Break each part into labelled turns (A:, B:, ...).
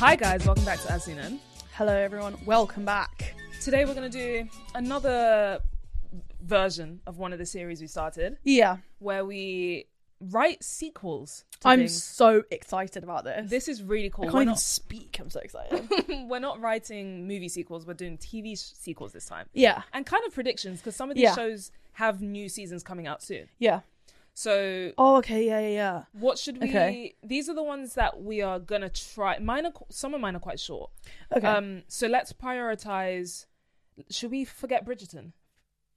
A: Hi guys, welcome back to As Seen In.
B: Hello, everyone. Welcome back.
A: Today we're going to do another version of one of the series we started,
B: Yeah,
A: where we write sequels. To
B: I'm
A: things.
B: so excited about this.
A: This is really cool.
B: I can't
A: We're
B: even
A: not,
B: speak. I'm so excited.
A: we're not writing movie sequels. We're doing TV sh- sequels this time,
B: yeah,
A: and kind of predictions because some of these
B: Yeah.
A: shows have new seasons coming out soon.
B: yeah.
A: So
B: Oh, okay. Yeah, yeah, yeah.
A: what should we?
B: Okay.
A: These are the ones that we are gonna try. Mine are qu- some of mine are quite short.
B: Okay.
A: Um, so let's prioritize. Should we forget Bridgerton?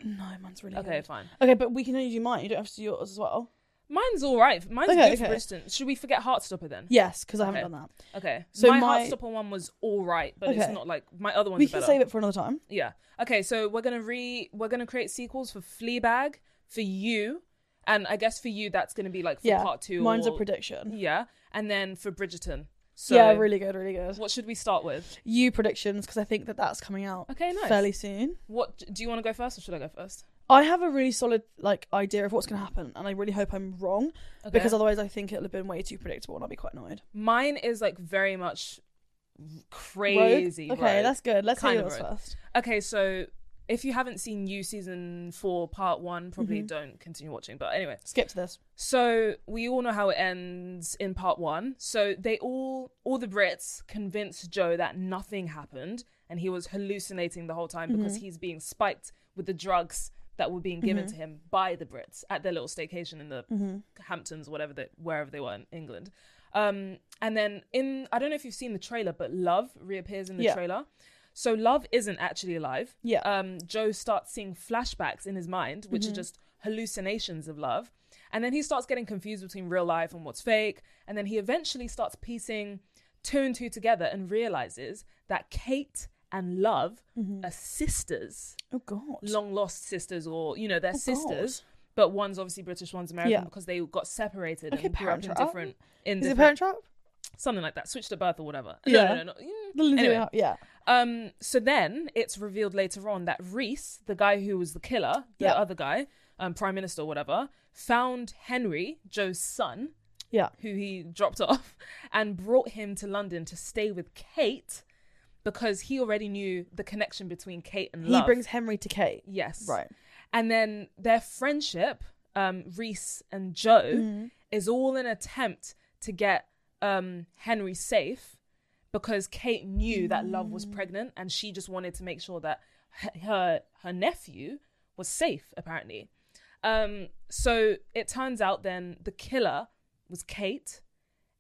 B: no, mine's really
A: Okay,
B: good.
A: fine.
B: Okay, but we can only do mine. You don't have to do yours as well.
A: Mine's all right. Mine's
B: Okay,
A: good for
B: okay.
A: Bridgerton. Should we forget Heartstopper then?
B: Yes, because I haven't
A: Okay.
B: done that.
A: Okay.
B: So
A: my,
B: my-
A: Heartstopper one was all right, but it's
B: Okay.
A: not like my other ones.
B: we
A: are
B: can
A: better.
B: save it for another time.
A: Yeah. Okay. So we're gonna re we're gonna create sequels for Fleabag for you, and I guess for you that's gonna be like for
B: yeah.
A: part two.
B: Mine's
A: or,
B: a prediction.
A: Yeah, and then for Bridgerton. So
B: yeah, really good, really good.
A: What should we start with?
B: You predictions because I think that that's coming out
A: Okay, nice.
B: fairly soon.
A: What do you want to go first, or should I go first?
B: I have a really solid like idea of what's going to happen, and I really hope I'm wrong
A: Okay.
B: because otherwise I think it'll have been way too predictable, and I'll be quite annoyed.
A: mine is like very much
B: Rogue?
A: crazy.
B: Okay,
A: rogue.
B: that's good. Let's
A: Kind
B: hear
A: of
B: yours
A: rogue.
B: first.
A: Okay, so if you haven't seen you season four, part one, probably don't continue watching. But anyway,
B: Skip to this.
A: so we all know how it ends in part one. So they all, all the Brits, convinced Joe that nothing happened and he was hallucinating the whole time because he's being spiked with the drugs that were being given to him by the Brits at their little staycation in the Hamptons, whatever they, wherever they were in England. Um, and then in, I don't know if you've seen the trailer, but Love reappears in the
B: Yeah.
A: trailer. So Love isn't actually alive.
B: Yeah.
A: Um, Joe starts seeing flashbacks in his mind, which
B: Mm-hmm.
A: are just hallucinations of love. And then he starts getting confused between real life and what's fake. And then he eventually starts piecing two and two together and realizes that Kate and Love
B: Mm-hmm.
A: are sisters,
B: Oh god.
A: long lost sisters, or, you know, they're
B: Oh,
A: sisters.
B: God.
A: But one's obviously British, one's American
B: Yeah.
A: because they got separated
B: Okay,
A: and grew up
B: Parent
A: in
B: Trap.
A: different, in
B: Is it
A: different-
B: Parent Trap?
A: something like that, switched at birth or whatever.
B: Yeah.
A: No, no, no, no.
B: The Lindsay
A: Anyway.
B: Lohan- Yeah.
A: Um, so then it's revealed later on that Reese, the guy who was the killer, the
B: Yeah.
A: other guy, um, prime minister or whatever, found Henry, Joe's son,
B: Yeah.
A: who he dropped off, and brought him to London to stay with Kate because he already knew the connection between Kate and Love.
B: He brings Henry to Kate.
A: yes,
B: Right.
A: and then their friendship, um, Reese and Joe,
B: Mm-hmm.
A: is all an attempt to get um, Henry safe because Kate knew that Love
B: Mm.
A: was pregnant and she just wanted to make sure that h- her her nephew was safe. Apparently, um, so it turns out then the killer was Kate,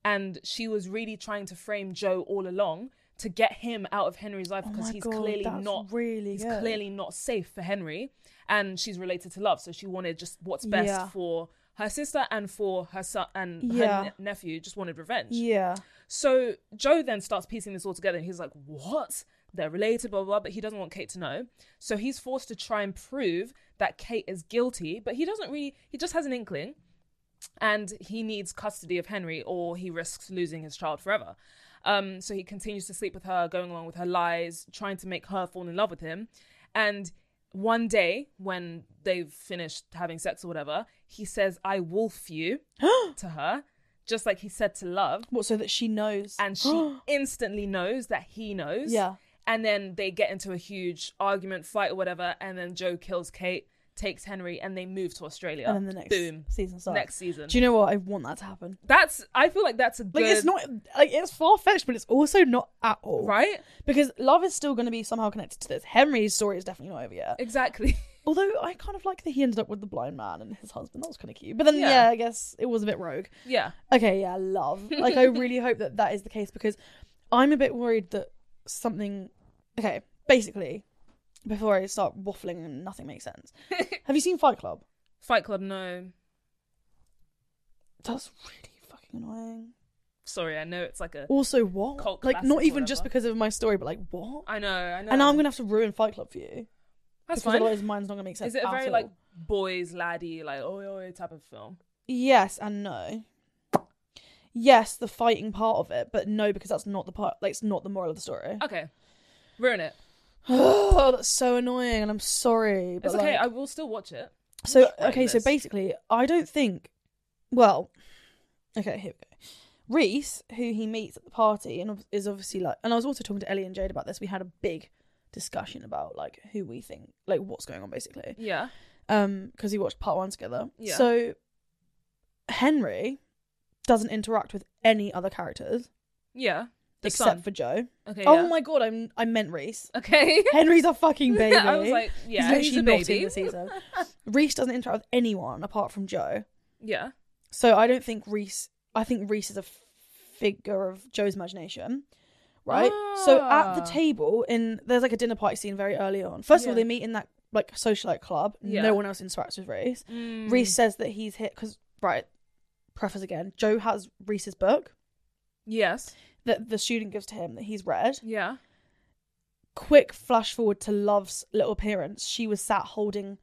A: and she was really trying to frame Joe all along to get him out of Henry's life
B: Oh
A: because
B: my
A: he's
B: God,
A: clearly
B: that's
A: not
B: really
A: he's
B: good.
A: clearly not safe for Henry, and she's related to Love, so she wanted just what's best
B: Yeah.
A: for her sister and for her son and
B: Yeah.
A: her ne- nephew. Just wanted revenge.
B: Yeah.
A: So Joe then starts piecing this all together, and he's like, "What? They're related, blah blah." blah," But he doesn't want Kate to know, so he's forced to try and prove that Kate is guilty. But he doesn't really. He just has an inkling, and he needs custody of Henry, or he risks losing his child forever. Um, so he continues to sleep with her, going along with her lies, trying to make her fall in love with him. And one day, when they've finished having sex or whatever, he says, "I wolf you," to her, just like he said to Love
B: What? So that she knows.
A: and she instantly knows that he knows.
B: Yeah.
A: And then they get into a huge argument, fight, or whatever. And then Joe kills Kate, takes Henry, and they move to Australia.
B: and then the next
A: boom
B: season starts.
A: next season.
B: Do you know what? I want that to happen.
A: that's I feel like that's a good
B: Like it's not like it's far fetched, but it's also not at all.
A: right
B: Because love is still going to be somehow connected to this. Henry's story is definitely not over yet.
A: exactly.
B: Although I kind of like that he ended up with the blind man and his husband. That was kind of cute. But then
A: Yeah.
B: yeah. I guess it was a bit rogue.
A: yeah,
B: Okay, yeah, love. Like I really hope that that is the case because I'm a bit worried that something. Okay, basically, before I start waffling and nothing makes sense. Have you seen Fight Club?
A: Fight Club, no.
B: That's really fucking annoying.
A: Sorry, I know it's like a.
B: Also, what?
A: Cult
B: like,
A: classic or
B: not even just
A: whatever.
B: because of my story, but like, what?
A: I know, I know.
B: And now I'm gonna have to ruin Fight Club for you.
A: That's
B: because
A: fine.
B: otherwise mine's not gonna make sense.
A: Is it a
B: at
A: very
B: all.
A: like boys laddie like oi oi type of film?
B: Yes and no. Yes, the fighting part of it, but no, because that's not the part. Like, it's not the moral of the story.
A: Okay, ruin it.
B: oh, that's so annoying, and I'm sorry. But
A: It's okay.
B: like-
A: I will still watch it.
B: So
A: Just write
B: okay, so
A: this.
B: basically, I don't think. Well, okay, here we go. Reese, who he meets at the party, and ob- is obviously like, and I was also talking to Ellie and Jade about this. We had a big discussion about like who we think, like what's going on, basically.
A: Yeah.
B: Um, because we watched part one together.
A: Yeah.
B: So Henry doesn't interact with any other characters
A: Yeah. The
B: except
A: son.
B: for Joe.
A: Okay.
B: Oh
A: yeah.
B: my god, I'm I meant Reese.
A: Okay.
B: Henry's a fucking baby.
A: I was like, yeah, he's,
B: he's
A: a
B: literally not in
A: baby.
B: the season. Reese doesn't interact with anyone apart from Joe.
A: yeah.
B: So I don't think Reese. I think Reese is a f- figure of Joe's imagination, right? So at the
A: Ah.
B: table, in there's like a dinner party scene very early on. First of all,
A: Yeah.
B: they meet in that like socialite club.
A: Yeah.
B: No one else interacts with Reese.
A: Mm.
B: Reese says that he's hit because right. Preface again. Joe has Reese's book
A: Yes.
B: that the student gives to him that he's read.
A: Yeah.
B: Quick flash forward to Love's little appearance. She was sat holding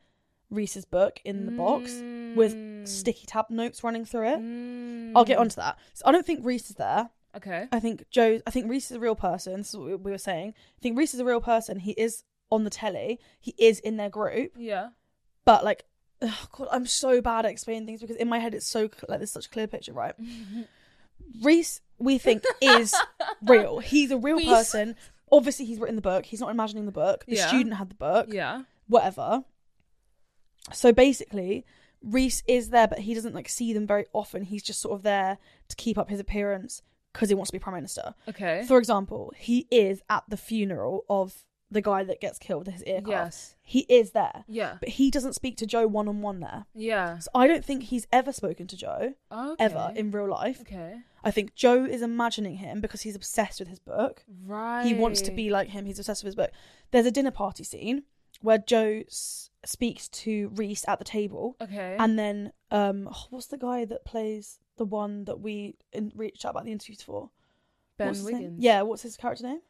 B: Reese's book in the
A: Hmm.
B: box
A: Mm.
B: with sticky tab notes running through it. I'll get onto that. So I don't think Reese is there.
A: Okay.
B: I think Joe. I think Reese is a real person. This is what we- we were saying. I think Reese is a real person. He is on the telly. He is in their group.
A: Yeah.
B: But like, oh God, I'm so bad at explaining things because in my head it's so cl- like there's such a clear picture, right? Reese, we think is real. He's a real
A: Reese.
B: person. Obviously, he's written the book. He's not imagining the book. The
A: Yeah.
B: student had the book.
A: Yeah.
B: Whatever. So basically. Reese is there, but he doesn't like see them very often. He's just sort of there to keep up his appearance because he wants to be prime minister.
A: Okay.
B: For example, he is at the funeral of the guy that gets killed with his ear cuff.
A: Yes.
B: He is there.
A: Yeah.
B: But he doesn't speak to Joe one on one there.
A: Yeah.
B: So I don't think he's ever spoken to Joe,
A: Okay.
B: ever, in real life.
A: okay.
B: I think Joe is imagining him because he's obsessed with his book.
A: Right.
B: He wants to be like him. He's obsessed with his book. There's a dinner party scene where Joe s- speaks to Reese at the table.
A: Okay.
B: And then, um, oh, what's the guy that plays the one that we in- reached out about the interviews for?
A: Ben
B: What's his name?
A: Wiggins.
B: Yeah, what's his character name?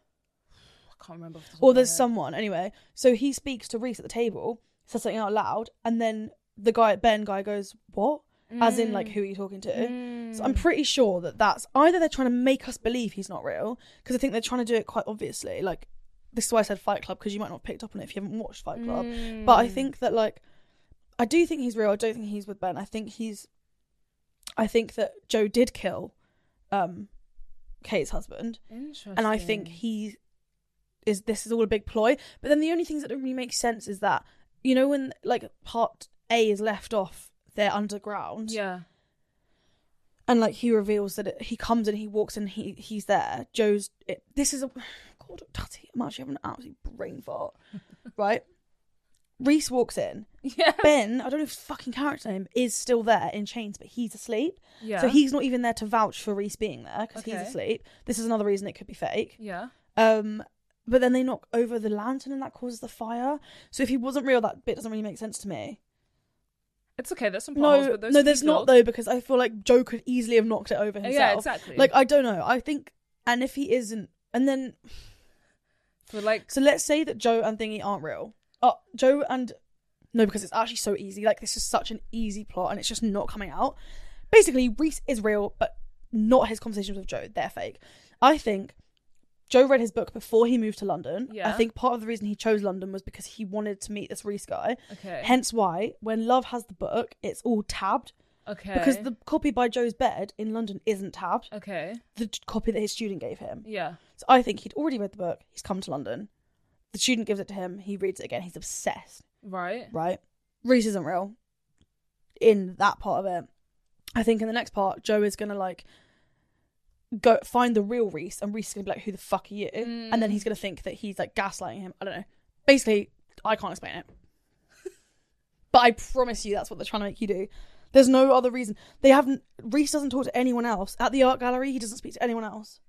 A: I can't remember. off the top
B: or
A: of my
B: there's
A: head.
B: someone anyway. So he speaks to Reese at the table, says something out loud, and then the guy, Ben guy, goes, "What?" As in,
A: Mm.
B: like, who are you talking to? So I'm pretty sure that that's either they're trying to make us believe he's not real because I think they're trying to do it quite obviously. Like, this is why I said Fight Club because you might not have picked up on it if you haven't watched Fight Club.
A: Mm.
B: But I think that like, I do think he's real. I don't think he's with Ben. I think he's, I think that Joe did kill, um, Kate's husband
A: Interesting.
B: and I think he is this is all a big ploy. But then the only things that don't really make sense is that you know when like part A is left off, they're underground,
A: Yeah.
B: and like he reveals that it, he comes and he walks and he he's there. Joe's it, this is a God, Tutty, I'm actually having an absolute brain fart, right? Reese walks in.
A: Yeah.
B: Ben, I don't know if his fucking character name is still there in chains, but he's asleep.
A: Yeah.
B: So he's not even there to vouch for Reese being there because
A: Okay.
B: he's asleep. This is another reason it could be fake.
A: Yeah.
B: Um, but then they knock over the lantern and that causes the fire. So if he wasn't real, that bit doesn't really make sense to me.
A: It's okay. There's some potholes,
B: No,
A: but those
B: no, there's
A: seagulls-
B: not though because I feel like Joe could easily have knocked it over
A: Uh,
B: himself.
A: Yeah, exactly.
B: Like I don't know. I think, and if he isn't, and then
A: for like
B: so let's say that Joe and Thingy aren't real. Uh, Joe and no, because it's actually so easy. Like this is such an easy plot, and it's just not coming out. Basically, Reese is real, but not his conversations with Joe. They're fake. I think Joe read his book before he moved to London. I
A: Yeah.
B: think part of the reason he chose London was because he wanted to meet this Reese guy.
A: okay,
B: Hence why, when Love has the book, it's all tabbed
A: okay, Uh,
B: because the copy by Joe's bed in London isn't tabbed.
A: okay,
B: The t- copy that his student gave him.
A: yeah,
B: So I think he'd already read the book. He's come to London. The student gives it to him. He reads it again. He's obsessed,
A: right,
B: right? Reese isn't real in that part of it. I think in the next part, Joe is going to like go find the real Reese and Reese is going to be like, who the fuck are you? And then he's going to think that he's like gaslighting him. I don't know. Basically, I can't explain it. but I promise you that's what they're trying to make you do. There's no other reason. They haven't. Reese doesn't talk to anyone else. At the art gallery, he doesn't speak to anyone else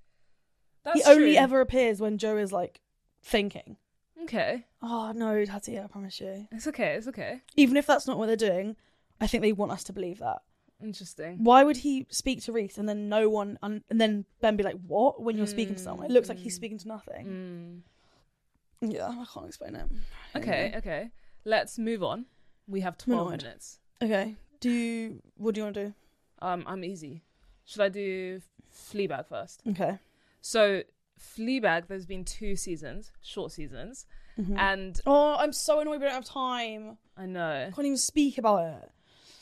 A: that's
B: he only
A: true.
B: ever appears when Joe is like thinking.
A: Okay.
B: Oh no, Tati, I promise you.
A: It's okay. It's okay.
B: Even if that's not what they're doing, I think they want us to believe that.
A: Interesting.
B: Why would he speak to Reese and then no one and, and then Ben be like, "What?" When you're speaking to someone, it looks like he's speaking to nothing.
A: Mm.
B: Yeah, I can't explain it.
A: Okay. Okay. Let's move on. We have
B: I'm
A: 12
B: annoyed.
A: minutes.
B: Okay. Do you, what do you want to do?
A: Um, I'm easy. Should I do Fleabag first?
B: Okay.
A: So Fleabag, there's been two seasons, short seasons, and
B: Oh, I'm so annoyed we don't have time.
A: I know.
B: Can't even speak about it.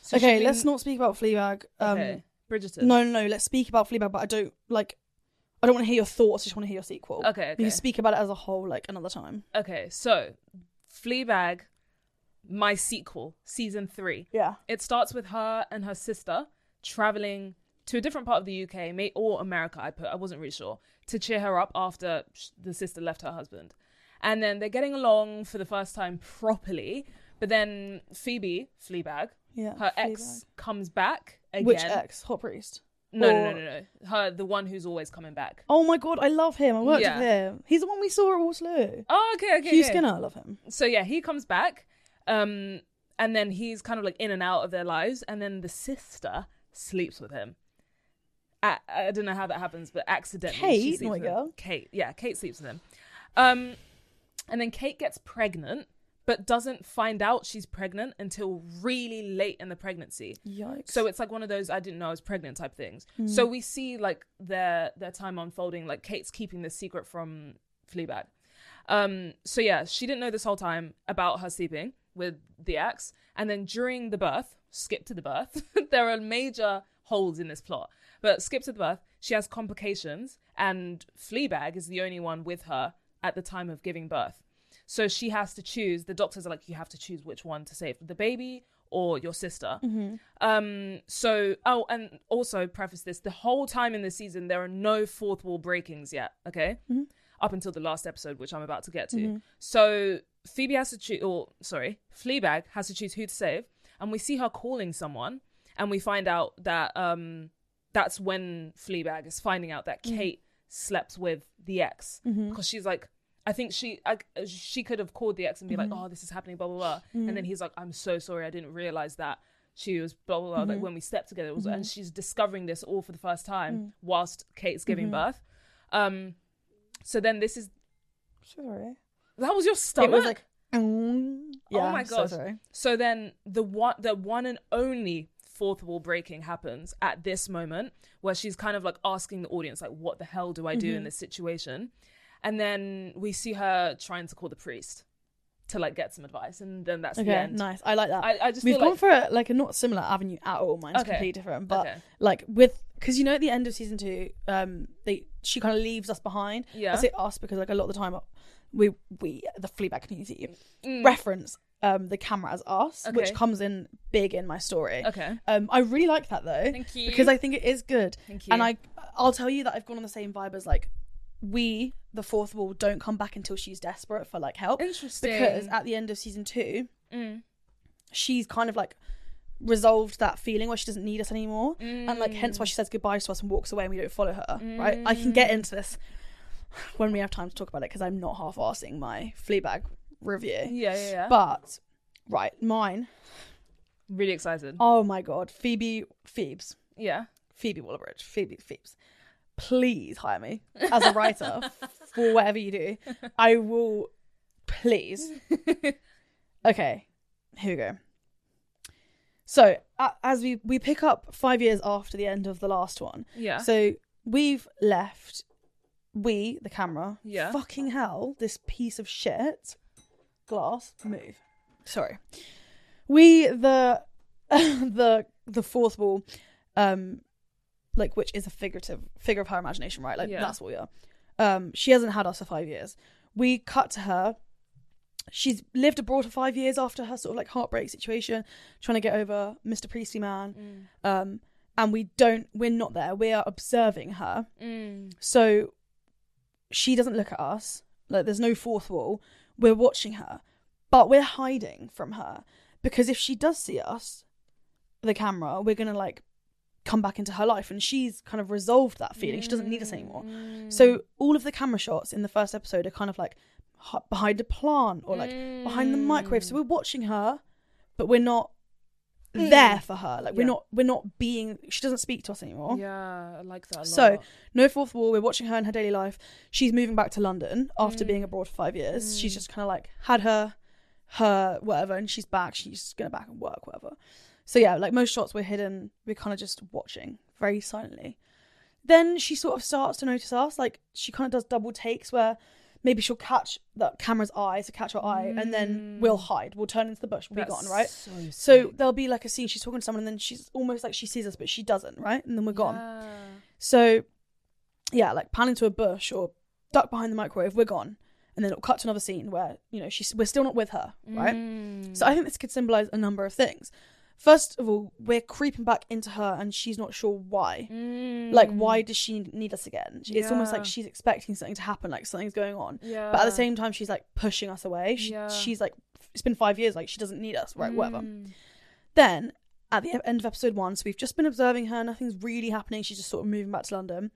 A: So
B: okay,
A: should we-
B: let's not speak about Fleabag. Um,
A: okay. Bridgerton.
B: No, no, no. Let's speak about Fleabag, but I don't like. I don't want to hear your thoughts. I just want to hear your sequel.
A: Okay,
B: We
A: okay.
B: can speak about it as a whole, like another time.
A: Okay. So Fleabag, my sequel, season three.
B: Yeah.
A: It starts with her and her sister traveling to a different part of the UK, may or America. I put, I wasn't really sure, to cheer her up after sh- the sister left her husband, and then they're getting along for the first time properly. But then Phoebe Fleabag,
B: Yeah.
A: her
B: Fleabag.
A: ex, comes back again.
B: Which ex? Hot priest.
A: No, no,
B: Or-
A: no, no, no. Her, the one who's always coming back.
B: Oh my god, I love him. I worked
A: Yeah.
B: with him. He's the one we saw at Waterloo.
A: Oh, okay, okay.
B: Hugh
A: okay.
B: Skinner, I love him.
A: So yeah, he comes back, um, and then he's kind of like in and out of their lives, and then the sister sleeps with him. I, I don't know how that happens, but accidentally, she
B: Kate,
A: sleeps
B: my
A: with him.
B: girl.
A: Kate, yeah, Kate sleeps with him, um, and then Kate gets pregnant, but doesn't find out she's pregnant until really late in the pregnancy.
B: Yikes.
A: So it's like one of those I didn't know I was pregnant type things. So we see like their their time unfolding. Like Kate's keeping this secret from Fleabag. Um. So yeah, she didn't know this whole time about her sleeping with the ex. And then during the birth, skip to the birth. there are major holes in this plot, but skip to the birth. She has complications, and Fleabag is the only one with her at the time of giving birth. So she has to choose. The doctors are like, you have to choose which one to save, the baby or your sister. Um, so oh, and also preface this: the whole time in this season, there are no fourth wall breakings yet. Okay, up until the last episode, which I'm about to get to. So Phoebe has to choose, or sorry, Fleabag has to choose who to save, and we see her calling someone, and we find out that um, that's when Fleabag is finding out that Kate slept with the ex because she's like. I think she I, she could have called the ex and be like, "Oh, this is happening," blah blah blah, and then he's like, "I'm so sorry, I didn't realize that." She was blah blah blah.
B: Mm-hmm.
A: Like when we slept together, it was, and she's discovering this all for the first time
B: Mm.
A: whilst Kate's giving
B: Mm-hmm.
A: birth. Um, so then this is
B: sorry.
A: that was your stomach.
B: It was like, um, yeah,
A: oh my
B: so
A: gosh.
B: sorry.
A: So then the one the one and only fourth wall breaking happens at this moment where she's kind of like asking the audience like what the hell do I do
B: Mm-hmm.
A: in this situation? And then we see her trying to call the priest to like get some advice and then that's the
B: Okay,
A: end.
B: nice. I like that.
A: I, I just
B: We've
A: feel
B: gone
A: like
B: for a, like a not similar avenue at all. Mine's
A: Okay.
B: completely different, but
A: Okay.
B: like with because you know at the end of season two, um, they she kind of leaves us behind.
A: Yeah.
B: I say us because like a lot of the time, we we the Fleabag community reference um the camera as us,
A: Mm. Okay.
B: which comes in big in my story.
A: Okay.
B: Um, I really like that though.
A: Thank you.
B: because I think it is good.
A: Thank
B: And
A: you.
B: I I'll tell you that I've gone on the same vibe as like we the fourth wall don't come back until she's desperate for like help
A: interesting.
B: because at the end of season two,
A: Mm.
B: she's kind of like resolved that feeling where she doesn't need us anymore, and like hence
A: Mm.
B: why she says goodbye to us and walks away, and we don't follow her. Right? I can get into this when we have time to talk about it because I'm not half arsing my Fleabag review,
A: yeah, yeah, yeah.
B: but right, mine.
A: really excited.
B: Oh my god, Phoebe, Phoebes,
A: yeah.
B: Phoebe Waller-Bridge, Phoebe, Phoebes. Please hire me as a writer for whatever you do. I will, please. Okay, here we go. So a as we we pick up five years after the end of the last one,
A: Yeah.
B: so we've left we the camera.
A: Yeah.
B: Fucking hell! This piece of shit. Glass move. Sorry. We the the the fourth wall, um, like which is a figurative figure of her imagination, right? Like
A: Yeah.
B: that's what we are. Um, she hasn't had us for five years. We cut to her. She's lived abroad for five years after her sort of like heartbreak situation, trying to get over Mr. Priestley man. Um, and we don't, we're not there. We are observing her.
A: Mm.
B: So she doesn't look at us. Like there's no fourth wall. We're watching her, but we're hiding from her because if she does see us, the camera, we're gonna like come back into her life, and she's kind of resolved that feeling. She doesn't need us anymore. So all of the camera shots in the first episode are kind of like h- behind a plant or like
A: Mm,
B: behind the microwave. So we're watching her, but we're not there for her. Like we're
A: Yeah.
B: not we're not being. She doesn't speak to us anymore.
A: Yeah, I like that a lot.
B: So no fourth wall. We're watching her in her daily life. She's moving back to London after being abroad for five years. She's just kind of like had her, her whatever, and she's back. She's gonna back and work whatever. So yeah, like most shots, we're hidden. We're kind of just watching very silently. Then she sort of starts to notice us. Like she kind of does double takes where maybe she'll catch the camera's eye, so catch her eye, and then we'll hide. We'll turn into the bush. We'll
A: That's
B: be gone, right?
A: So,
B: So there'll be like a scene. She's talking to someone, and then she's almost like she sees us, but she doesn't, right? And then we're gone. So, yeah, like pan into a bush or duck behind the microwave, we're gone. And then it'll cut to another scene where, you know, she's, we're still not with her, right?
A: Mm.
B: So I think this could symbolize a number of things. First of all, we're creeping back into her and she's not sure why.
A: Mm.
B: Like, why does she need us again? It's almost
A: Yeah.
B: like she's expecting something to happen, like something's going on.
A: Yeah.
B: But at the same time, she's like pushing us away. She,
A: Yeah.
B: She's like, it's been five years, like, she doesn't need us, right? Whatever.
A: Mm.
B: Then at the end of episode one, so we've just been observing her, nothing's really happening. She's just sort of moving back to London.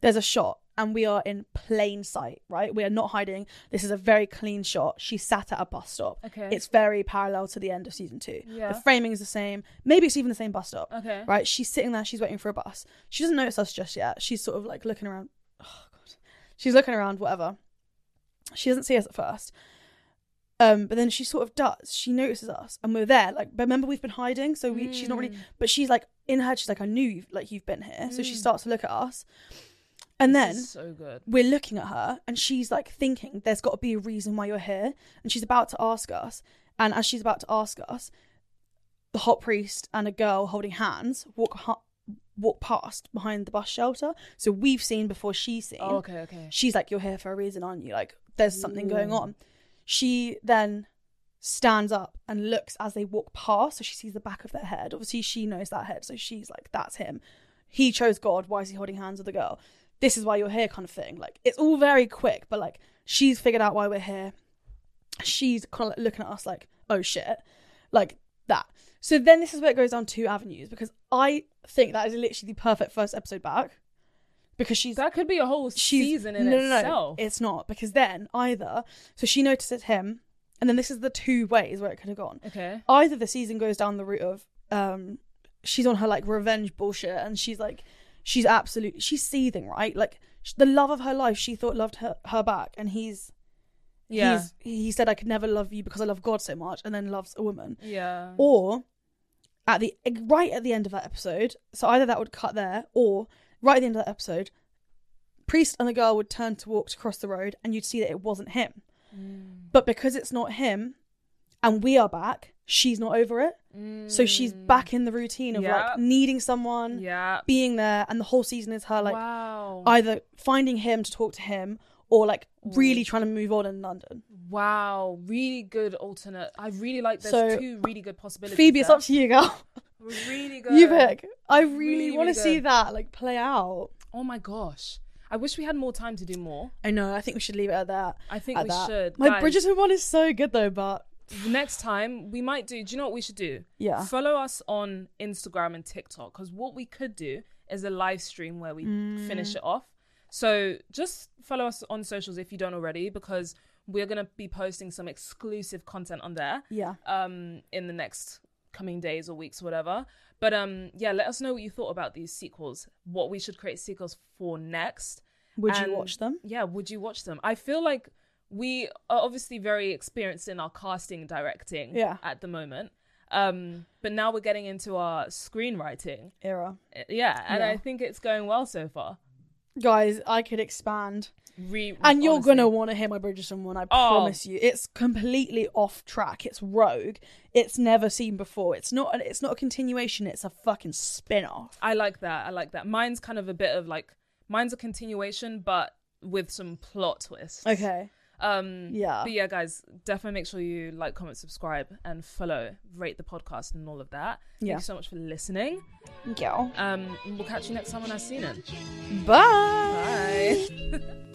B: There's a shot, and we are in plain sight, right? We are not hiding. This is a very clean shot. She sat at a bus stop.
A: Okay.
B: It's very parallel to the end of season two.
A: Yeah.
B: The framing is the same. Maybe it's even the same bus stop.
A: Okay.
B: Right? She's sitting there, she's waiting for a bus. She doesn't notice us just yet. She's sort of like looking around. Oh, God. She's looking around, whatever. She doesn't see us at first. Um, but then she sort of does. She notices us, and we're there. Like, remember we've been hiding, so we, she's not really.
A: Hmm.
B: But she's like in her. head, She's like, I knew, you've, like you've been here. So she starts to look at us, and
A: This
B: then
A: is so good.
B: we're looking at her, and she's like thinking, "There's got to be a reason why you're here." And she's about to ask us, and as she's about to ask us, the hot priest and a girl holding hands walk hu- walk past behind the bus shelter. So we've seen before she's seen
A: Oh, okay, okay.
B: she's like, You're here for a reason, aren't you? Like, there's something going on. She then stands up and looks as they walk past. So she sees the back of their head. Obviously, she knows that head. So she's like, That's him. He chose God. Why is he holding hands with the girl? This is why you're here, kind of thing. Like, it's all very quick, but like, she's figured out why we're here. She's kind of like looking at us like, Oh shit. Like, that. So then this is where it goes down two avenues because I think that is literally the perfect first episode back because she's
A: That could be a whole
B: she's
A: season in
B: no, no, no,
A: itself.
B: it's not because then either so she notices him, and then this is the two ways where it could have gone.
A: okay.
B: Either the season goes down the route of um, she's on her like revenge bullshit, and she's like she's absolutely she's seething right, like sh- the love of her life she thought loved her her back, and he's
A: Yeah.
B: he's he said I could never love you because I love God so much, and then loves a woman
A: yeah.
B: or at the right at the end of that episode so either that would cut there or right at the end of that episode priest and the girl would turn to walk across the road and you'd see that it wasn't him but because it's not him and we are back she's not over it so she's back in the routine of
A: Yep.
B: like needing someone
A: yeah.
B: being there and the whole season is her like
A: wow.
B: either finding him to talk to him or like really trying to move on in london
A: wow. Really good alternate. I really like there's
B: So,
A: two really good possibilities.
B: phoebe it's
A: there.
B: up to you girl
A: really good.
B: you pick i really,
A: Really,
B: want to
A: really
B: see
A: good.
B: that like play out
A: Oh my gosh. I wish we had more time to do more.
B: I know. I think we should leave it at that.
A: I think
B: at
A: we
B: that.
A: should.
B: My
A: Guys.
B: Bridgerton one is so good though, but
A: Next time we might do. Do you know what we should do?
B: Yeah.
A: Follow us on Instagram and TikTok because what we could do is a live stream where we finish it off. So just follow us on socials if you don't already because we're gonna be posting some exclusive content on there.
B: yeah,
A: um in the next coming days or weeks or whatever but um yeah let us know what you thought about these sequels what we should create sequels for next
B: would
A: And-
B: you watch them?
A: yeah would you watch them i feel like we are obviously very experienced in our casting directing
B: Yeah.
A: at the moment um but now we're getting into our screenwriting
B: Era
A: Uh, yeah and
B: Yeah.
A: i think it's going well so far
B: guys, I could expand,
A: Re-
B: and you're
A: honestly.
B: gonna want to hear my Bridgerton one. I
A: Oh.
B: promise you, it's completely off track. It's rogue. It's never seen before. It's not. An, it's not a continuation. It's a fucking spin off.
A: I like that. I like that. Mine's kind of a bit of like mine's a continuation, but with some plot twists.
B: Okay.
A: Um,
B: Yeah.
A: But yeah, guys, definitely make sure you like, comment, subscribe, and follow, rate the podcast, and all of that.
B: Yeah.
A: Thank you so much for listening.
B: Girl.
A: Um, we'll catch you next time on I've seen it.
B: Bye.
A: Bye.